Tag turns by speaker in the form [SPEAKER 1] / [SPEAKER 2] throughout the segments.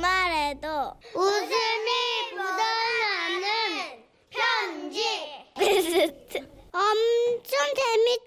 [SPEAKER 1] 주말에도 웃음이 묻어나는 편지 베스트 엄청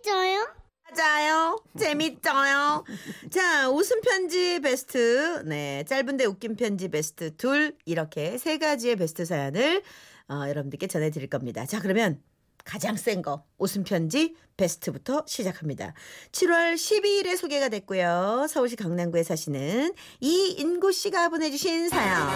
[SPEAKER 1] 재밌어요?
[SPEAKER 2] 맞아요. 재밌어요. 자, 웃음 편지 베스트. 네, 짧은데 웃긴 편지 베스트 둘. 이렇게 세 가지의 베스트 사연을 어, 여러분들께 전해드릴 겁니다. 자, 그러면 가장 센 거, 웃음 편지 베스트부터 시작합니다. 7월 12일에 소개가 됐고요. 서울시 강남구에 사시는 이인구 씨가 보내주신 사연.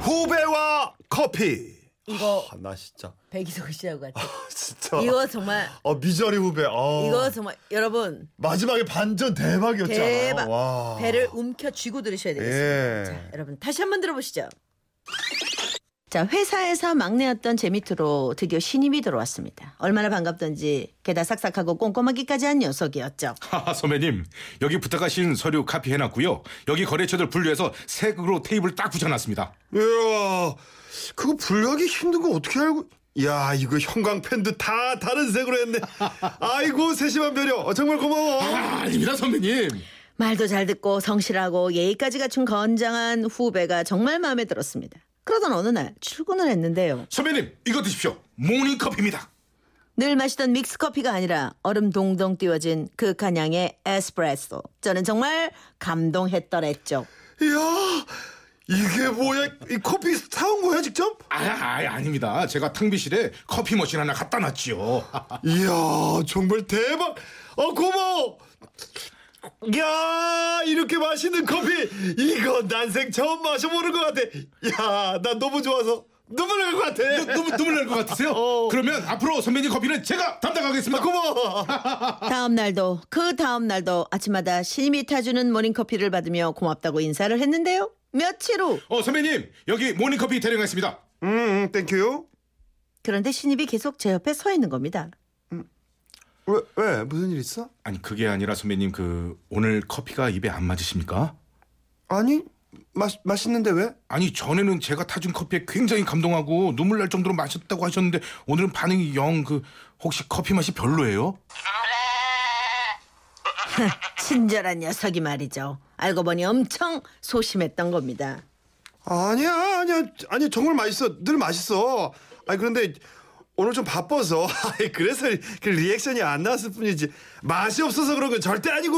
[SPEAKER 3] 후배와 커피.
[SPEAKER 2] 이거
[SPEAKER 3] 아, 나 진짜.
[SPEAKER 2] 백이석 씨하고 같이.
[SPEAKER 3] 진짜.
[SPEAKER 2] 이거 정말,
[SPEAKER 3] 어, 미저리 후배. 어.
[SPEAKER 2] 이거 정말, 여러분.
[SPEAKER 3] 마지막에 반전 대박이었잖아요.
[SPEAKER 2] 대박.
[SPEAKER 3] 그렇죠. 와.
[SPEAKER 2] 배를 움켜쥐고 들으셔야 되겠습니다.
[SPEAKER 3] 예.
[SPEAKER 2] 자, 여러분 다시 한번 들어보시죠. 자, 회사에서 막내였던 제 밑으로 드디어 신입이 들어왔습니다. 얼마나 반갑던지 게다 싹싹하고 꼼꼼하기까지 한 녀석이었죠.
[SPEAKER 4] 하하 선배님 여기 부탁하신 서류 카피 해놨고요 여기 거래처들 분류해서 색으로 테이블 딱 붙여놨습니다
[SPEAKER 3] 이야, 예. 그거 분류하기 힘든 거 어떻게 알고? 야, 이거 형광 펜도 다 다른 색으로 했네. 아이고, 세심한 배려. 어, 정말 고마워.
[SPEAKER 4] 아, 닙니다 선배님
[SPEAKER 2] 말도 잘 듣고 성실하고 예의까지 갖춘 건장한 후배가 정말 마음에 들었습니다. 그러던 어느 날 출근을 했는데요.
[SPEAKER 4] 선배님 이거 드십시오 모닝커피입니다
[SPEAKER 2] 늘 마시던 믹스커피가 아니라 얼음 동동 띄워진 극한 양의 에스프레소. 저는 정말 감동했더랬죠.
[SPEAKER 3] 이야, 이게 뭐야? 이 커피 사온 거야, 직접?
[SPEAKER 4] 아, 아 아닙니다 제가 탕비실에 커피 머신 하나 갖다 놨지요
[SPEAKER 3] 이야, 정말 대박. 어, 고마워. 야, 이렇게 맛있는 커피. 이건 난생 처음 마셔보는 것 같아. 야, 나 너무 좋아서 눈물 날 것 같아.
[SPEAKER 4] 너무 눈물 날 것 같으세요? 그러면 앞으로 선배님 커피는 제가 담당하겠습니다
[SPEAKER 3] 고마워.
[SPEAKER 2] 다음 날도 그 다음 날도 아침마다 신임이 타주는 모닝커피를 받으며 고맙다고 인사를 했는데요. 며칠 후
[SPEAKER 4] 어 선배님 여기 모닝커피 대령했습니다
[SPEAKER 3] 음, 음, 땡큐.
[SPEAKER 2] 그런데 신입이 계속 제 옆에 서 있는 겁니다.
[SPEAKER 3] 왜, 왜? 무슨 일 있어?
[SPEAKER 4] 아니 그게 아니라 선배님 그 오늘 커피가 입에 안 맞으십니까?
[SPEAKER 3] 아니, 맛, 맛있는데 왜?
[SPEAKER 4] 아니 전에는 제가 타준 커피에 굉장히 감동하고 눈물 날 정도로 마셨다고 하셨는데 오늘은 반응이 영 그 혹시 커피 맛이 별로예요?
[SPEAKER 2] 친절한 녀석이 말이죠. 알고 보니 엄청 소심했던 겁니다.
[SPEAKER 3] 아니야, 아니야, 아니 정말 맛있어. 늘 맛있어. 아니 그런데 오늘 좀 바빠서 아이, 그래서 그 리액션이 안 나왔을 뿐이지 맛이 없어서 그런 건 절대 아니고.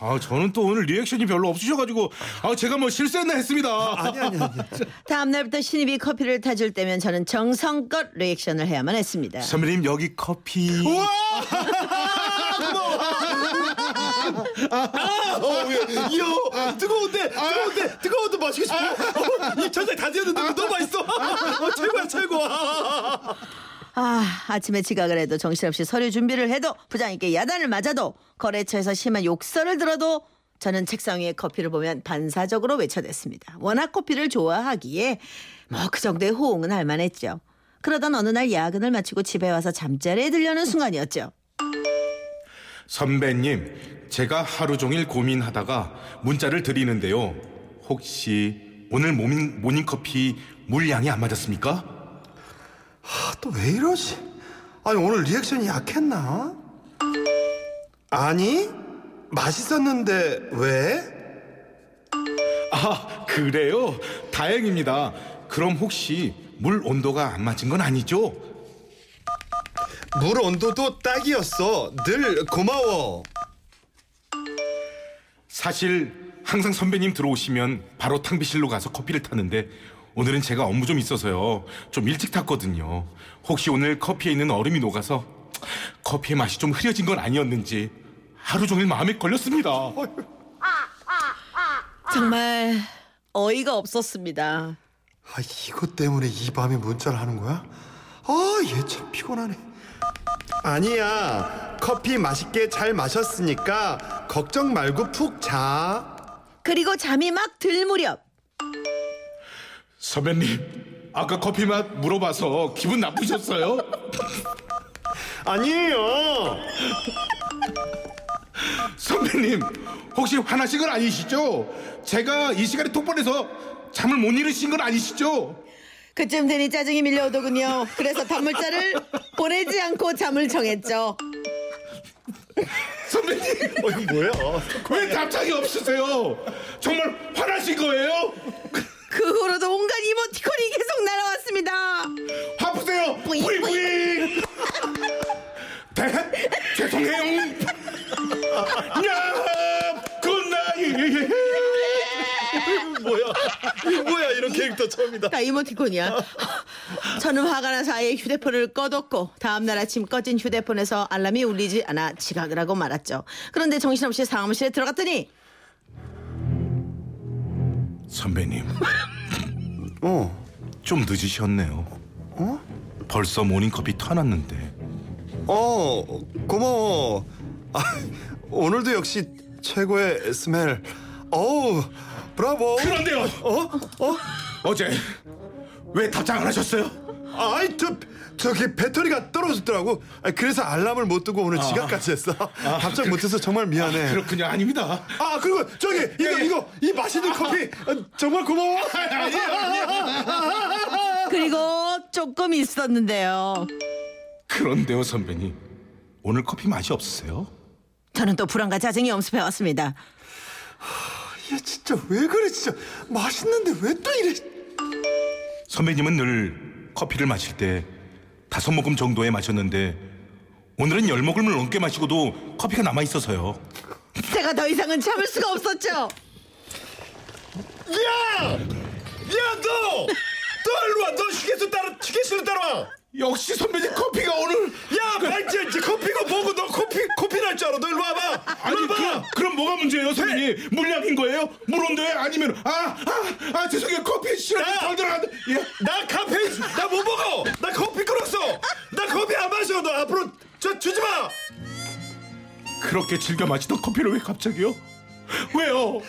[SPEAKER 4] 아 저는 또 오늘 리액션이 별로 없으셔가지고 아 제가 뭐 실수했나 했습니다.
[SPEAKER 3] 아니 아니 아니.
[SPEAKER 2] 다음 날부터 신입이 커피를 타줄 때면 저는 정성껏 리액션을 해야만 했습니다.
[SPEAKER 4] 선배님 여기 커피.
[SPEAKER 3] 우와! 고마워. 아, 어, 왜? 이야, 뜨거운데, 뜨거운데, 뜨거운데 마시고 싶어. 입 천장 다 되었는데 뭐 너무 맛있어. 어, 최고야, 최고.
[SPEAKER 2] 아, 아침에 지각을 해도 정신없이 서류 준비를 해도 부장님께 야단을 맞아도 거래처에서 심한 욕설을 들어도 저는 책상 위에 커피를 보면 반사적으로 외쳐댔습니다. 워낙 커피를 좋아하기에 뭐 그 정도의 호응은 할 만했죠. 그러던 어느 날 야근을 마치고 집에 와서 잠자리에 들려는 순간이었죠.
[SPEAKER 4] 선배님 제가 하루 종일 고민하다가 문자를 드리는데요. 혹시 오늘 모닝 모닝커피 물량이 안 맞았습니까?
[SPEAKER 3] 아, 또 왜 이러지? 아니 오늘 리액션이 약했나? 아니 맛있었는데 왜?
[SPEAKER 4] 아 그래요? 다행입니다. 그럼 혹시 물 온도가 안 맞은 건 아니죠?
[SPEAKER 3] 물 온도도 딱이었어. 늘 고마워.
[SPEAKER 4] 사실 항상 선배님 들어오시면 바로 탕비실로 가서 커피를 타는데 오늘은 제가 업무 좀 있어서요. 좀 일찍 탔거든요. 혹시 오늘 커피에 있는 얼음이 녹아서 커피의 맛이 좀 흐려진 건 아니었는지 하루 종일 마음에 걸렸습니다.
[SPEAKER 2] 정말 어이가 없었습니다.
[SPEAKER 3] 아 이것 때문에 이 밤에 문자를 하는 거야? 아얘 참 피곤하네. 아니야 커피 맛있게 잘 마셨으니까 걱정 말고 푹 자.
[SPEAKER 2] 그리고 잠이 막 들 무렵
[SPEAKER 4] 선배님, 아까 커피 맛 물어봐서 기분 나쁘셨어요?
[SPEAKER 3] 아니에요.
[SPEAKER 4] 선배님, 혹시 화나신 건 아니시죠? 제가 이 시간에 톡보내서 잠을 못 이루신 건 아니시죠?
[SPEAKER 2] 그쯤 되니 짜증이 밀려오더군요. 그래서 단물자를 보내지 않고 잠을 청했죠.
[SPEAKER 4] 선배님
[SPEAKER 3] 어, 이거 뭐야?
[SPEAKER 4] 왜 답장이 없으세요? 정말 화나신 거예요?
[SPEAKER 2] 그 후로도 온갖 이모티콘이 계속 날아왔습니다.
[SPEAKER 4] 화푸세요. 뿌잉뿌잉. 대 죄송해요. 야 굿나잇.
[SPEAKER 3] 뭐야? 이거 뭐야? 이런 캐릭터 처음이다.
[SPEAKER 2] 다 이모티콘이야. 저는 화가 나서 아예 휴대폰을 꺼뒀고 다음날 아침 꺼진 휴대폰에서 알람이 울리지 않아 지각을 하고 말았죠. 그런데 정신없이 사무실에 들어갔더니
[SPEAKER 4] 선배님
[SPEAKER 3] 어.
[SPEAKER 4] 좀 늦으셨네요. 어? 벌써 모닝커피 타놨는데
[SPEAKER 3] 어, 고마워. 아, 오늘도 역시 최고의 스멜. 어우, 브라보.
[SPEAKER 4] 그런데요.
[SPEAKER 3] 어? 어?
[SPEAKER 4] 어제 왜 답장을 하셨어요?
[SPEAKER 3] 아이, 저, 저기 배터리가 떨어졌더라고. 아, 그래서 알람을 못 두고 오늘 지각까지 했어. 답장 못해서 정말 미안해.
[SPEAKER 4] 그렇군요. 아닙니다.
[SPEAKER 3] 아 그리고 저기 이거
[SPEAKER 4] 예.
[SPEAKER 3] 이거 이 맛있는 커피 어, 정말 고마워.
[SPEAKER 2] 그리고 조금 있었는데요.
[SPEAKER 4] 그런데요, 선배님. 오늘 커피 맛이 없으세요?
[SPEAKER 2] 저는 또 불안과 짜증이 엄습해 왔습니다.
[SPEAKER 3] 얘 진짜 왜 그래 진짜 맛있는데 왜 또 이래?
[SPEAKER 4] 선배님은 늘 커피를 마실 때 다섯 모금 정도에 마셨는데 오늘은 열 모금을 넘게 마시고도 커피가 남아 있어서요.
[SPEAKER 2] 제가 더 이상은 참을 수가 없었죠.
[SPEAKER 3] 야, 야 너, 너 일로 와. 너 휴게소 따라 휴게소로 따라와.
[SPEAKER 4] 역시 선배님 커피가 오늘 그
[SPEAKER 3] 야, 말지 이제 커피고 뭐고 너 커피 커피 날 줄 알아. 너 일로 와봐. 네.
[SPEAKER 4] 아니 그럼, 그럼 뭐가 문제예요, 선배님? 물량인 거예요? 물온도에 아니면 아아아 죄송해요 커피
[SPEAKER 3] 야!
[SPEAKER 4] 시럽이 덜 들어간다. 예.
[SPEAKER 3] 나 카페인 나 못 먹어. 나 커피 끊었어. 나 커피 안 마셔. 너 앞으로 저 주지 마.
[SPEAKER 4] 그렇게 즐겨 마시던 커피를 왜 갑자기요? 왜요?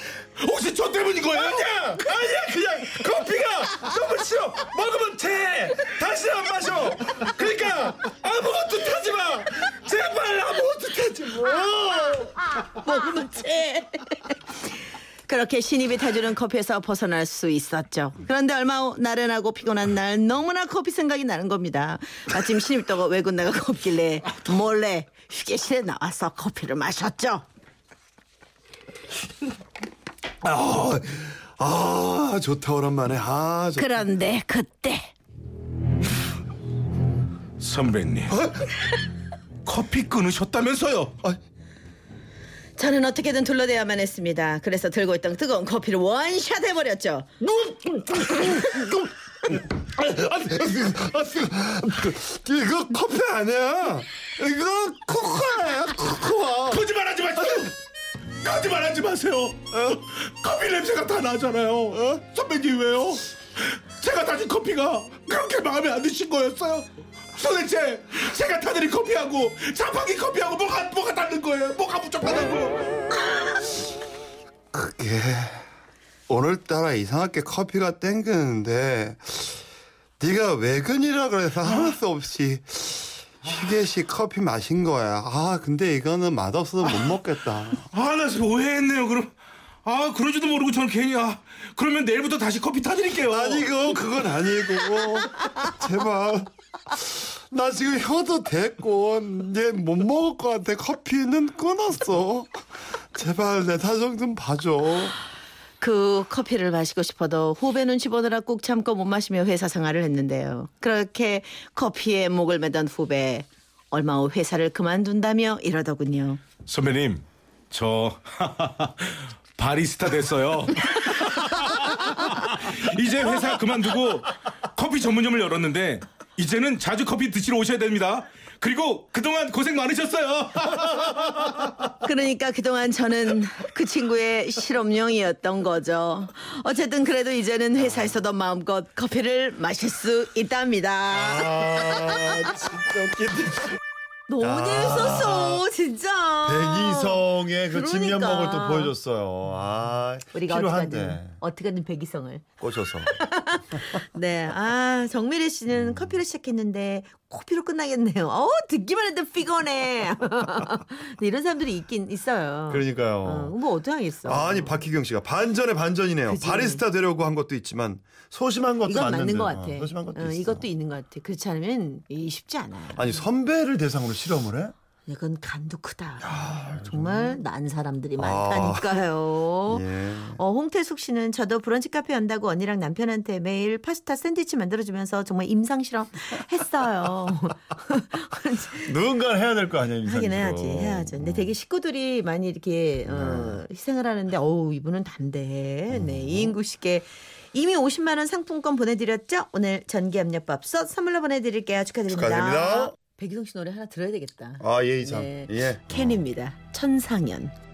[SPEAKER 4] 혹시 저 때문인 거예요?
[SPEAKER 3] 아니야 아니야 그냥 커피가 너무 싫어 먹으면 제 다시 안 마셔 그러니까 아무것도 타지 마 제발 아무것도 타지 마
[SPEAKER 2] 목무채. 그렇게 신입이 타주는 커피에서 벗어날 수 있었죠. 그런데 얼마 후 나른하고 피곤한 날 너무나 커피 생각이 나는 겁니다. 마침 신입도가 외국 나가고 없길래 몰래 휴게실에 나와서 커피를 마셨죠.
[SPEAKER 3] 아, 아 좋다 오랜만에 아 좋다
[SPEAKER 2] 그런데 그때
[SPEAKER 4] 선배님 커피 끊으셨다면서요?
[SPEAKER 2] 저는 어떻게든 둘러대야만 했습니다. 그래서 들고 있던 뜨거운 커피를 원샷 해버렸죠.
[SPEAKER 3] 이거 커피 아니야 이거 코코아야 코코아
[SPEAKER 4] 거짓말하지 마세요. 거짓말하지 마세요. 어? 커피 냄새가 다 나잖아요. 선배님 왜요? 제가 타진 커피가 그렇게 마음에 안 드신 거였어요? 도대체 제가 타드린 커피하고 자판기 커피하고 뭐가 뭐가 다른 거예요? 뭐가 부족하다고?
[SPEAKER 3] 그게 오늘따라 이상하게 커피가 땡기는데 네가 외근이라 그래서 하수 없이 휴게식 커피 마신 거야. 아 근데 이거는 맛없어서 못 먹겠다.
[SPEAKER 4] 아나 오해했네요. 그럼 아 그러지도 모르고 저는 괜히 아 그러면 내일부터 다시 커피 타드릴게요.
[SPEAKER 3] 아니고 그건 아니고 제발 나 지금 혀도 됐고 이제 못 먹을 것 같아. 커피는 끊었어. 제발 내 사정 좀 봐줘.
[SPEAKER 2] 그 커피를 마시고 싶어도 후배 눈치 보느라 꾹 참고 못 마시며 회사 생활을 했는데요. 그렇게 커피에 목을 매던 후배 얼마 후 회사를 그만둔다며 이러더군요.
[SPEAKER 4] 선배님 저 바리스타 됐어요. 이제 회사 그만두고 커피 전문점을 열었는데 이제는 자주 커피 드시러 오셔야 됩니다. 그리고 그동안 고생 많으셨어요.
[SPEAKER 2] 그러니까 그동안 저는 그 친구의 실험용이었던 거죠. 어쨌든 그래도 이제는 회사에서도 마음껏 커피를 마실 수 있답니다.
[SPEAKER 5] 아 진짜 웃긴데
[SPEAKER 2] 너무 재밌었어, 진짜.
[SPEAKER 5] 네, 백이성의 그
[SPEAKER 2] 그러니까.
[SPEAKER 5] 진면 먹을 또 보여줬어요. 아
[SPEAKER 2] 우리가
[SPEAKER 5] 필요한데
[SPEAKER 2] 어떻게든 어떻게든 백이성을.
[SPEAKER 5] 꼬셔서
[SPEAKER 2] 네, 아 정미래
[SPEAKER 5] 음.
[SPEAKER 2] 씨는 커피로 시작했는데 커피로 끝나겠네요. 어 듣기만 해도 피곤해. 네, 이런 사람들이 있긴 있어요.
[SPEAKER 5] 그러니까요.
[SPEAKER 2] 어, 뭐 어떡하겠어.
[SPEAKER 3] 아니 박희경 씨가 반전의 반전이네요.
[SPEAKER 2] 그지.
[SPEAKER 3] 바리스타 되려고 한 것도 있지만
[SPEAKER 5] 소심한 것도
[SPEAKER 2] 이건 맞는
[SPEAKER 5] 맞는데.
[SPEAKER 2] 것
[SPEAKER 5] 어,
[SPEAKER 2] 같아.
[SPEAKER 5] 소심한 것도
[SPEAKER 2] 어,
[SPEAKER 5] 있어.
[SPEAKER 2] 이것도 있는 것 같아. 그렇지 않으면 이 쉽지 않아. 요
[SPEAKER 5] 아니 선배를 대상으로 실험을 해?
[SPEAKER 2] 이건 간도 크다. 정말 난 사람들이 많다니까요.
[SPEAKER 5] 아, 예.
[SPEAKER 2] 어, 홍태숙 씨는 저도 브런치 카페 연다고 언니랑 남편한테 매일 파스타 샌드위치 만들어주면서 정말 임상 실험 했어요.
[SPEAKER 5] 누군가 해야 될 거 아니야 인상.
[SPEAKER 2] 하긴 해야지, 해야죠. 근데 되게 식구들이 많이 이렇게 어, 희생을 하는데, 어우 이분은 담대해. 네, 이인구 씨께 이미 50만 원 상품권 보내드렸죠. 오늘 전기압력밥솥 선물로 보내드릴게요. 축하드립니다.
[SPEAKER 5] 축하드립니다.
[SPEAKER 2] 백희성 씨 노래 하나 들어야 되겠다.
[SPEAKER 5] 아예 아, 예, 이상.
[SPEAKER 2] 네.
[SPEAKER 5] 예.
[SPEAKER 2] 캔입니다. 천상연.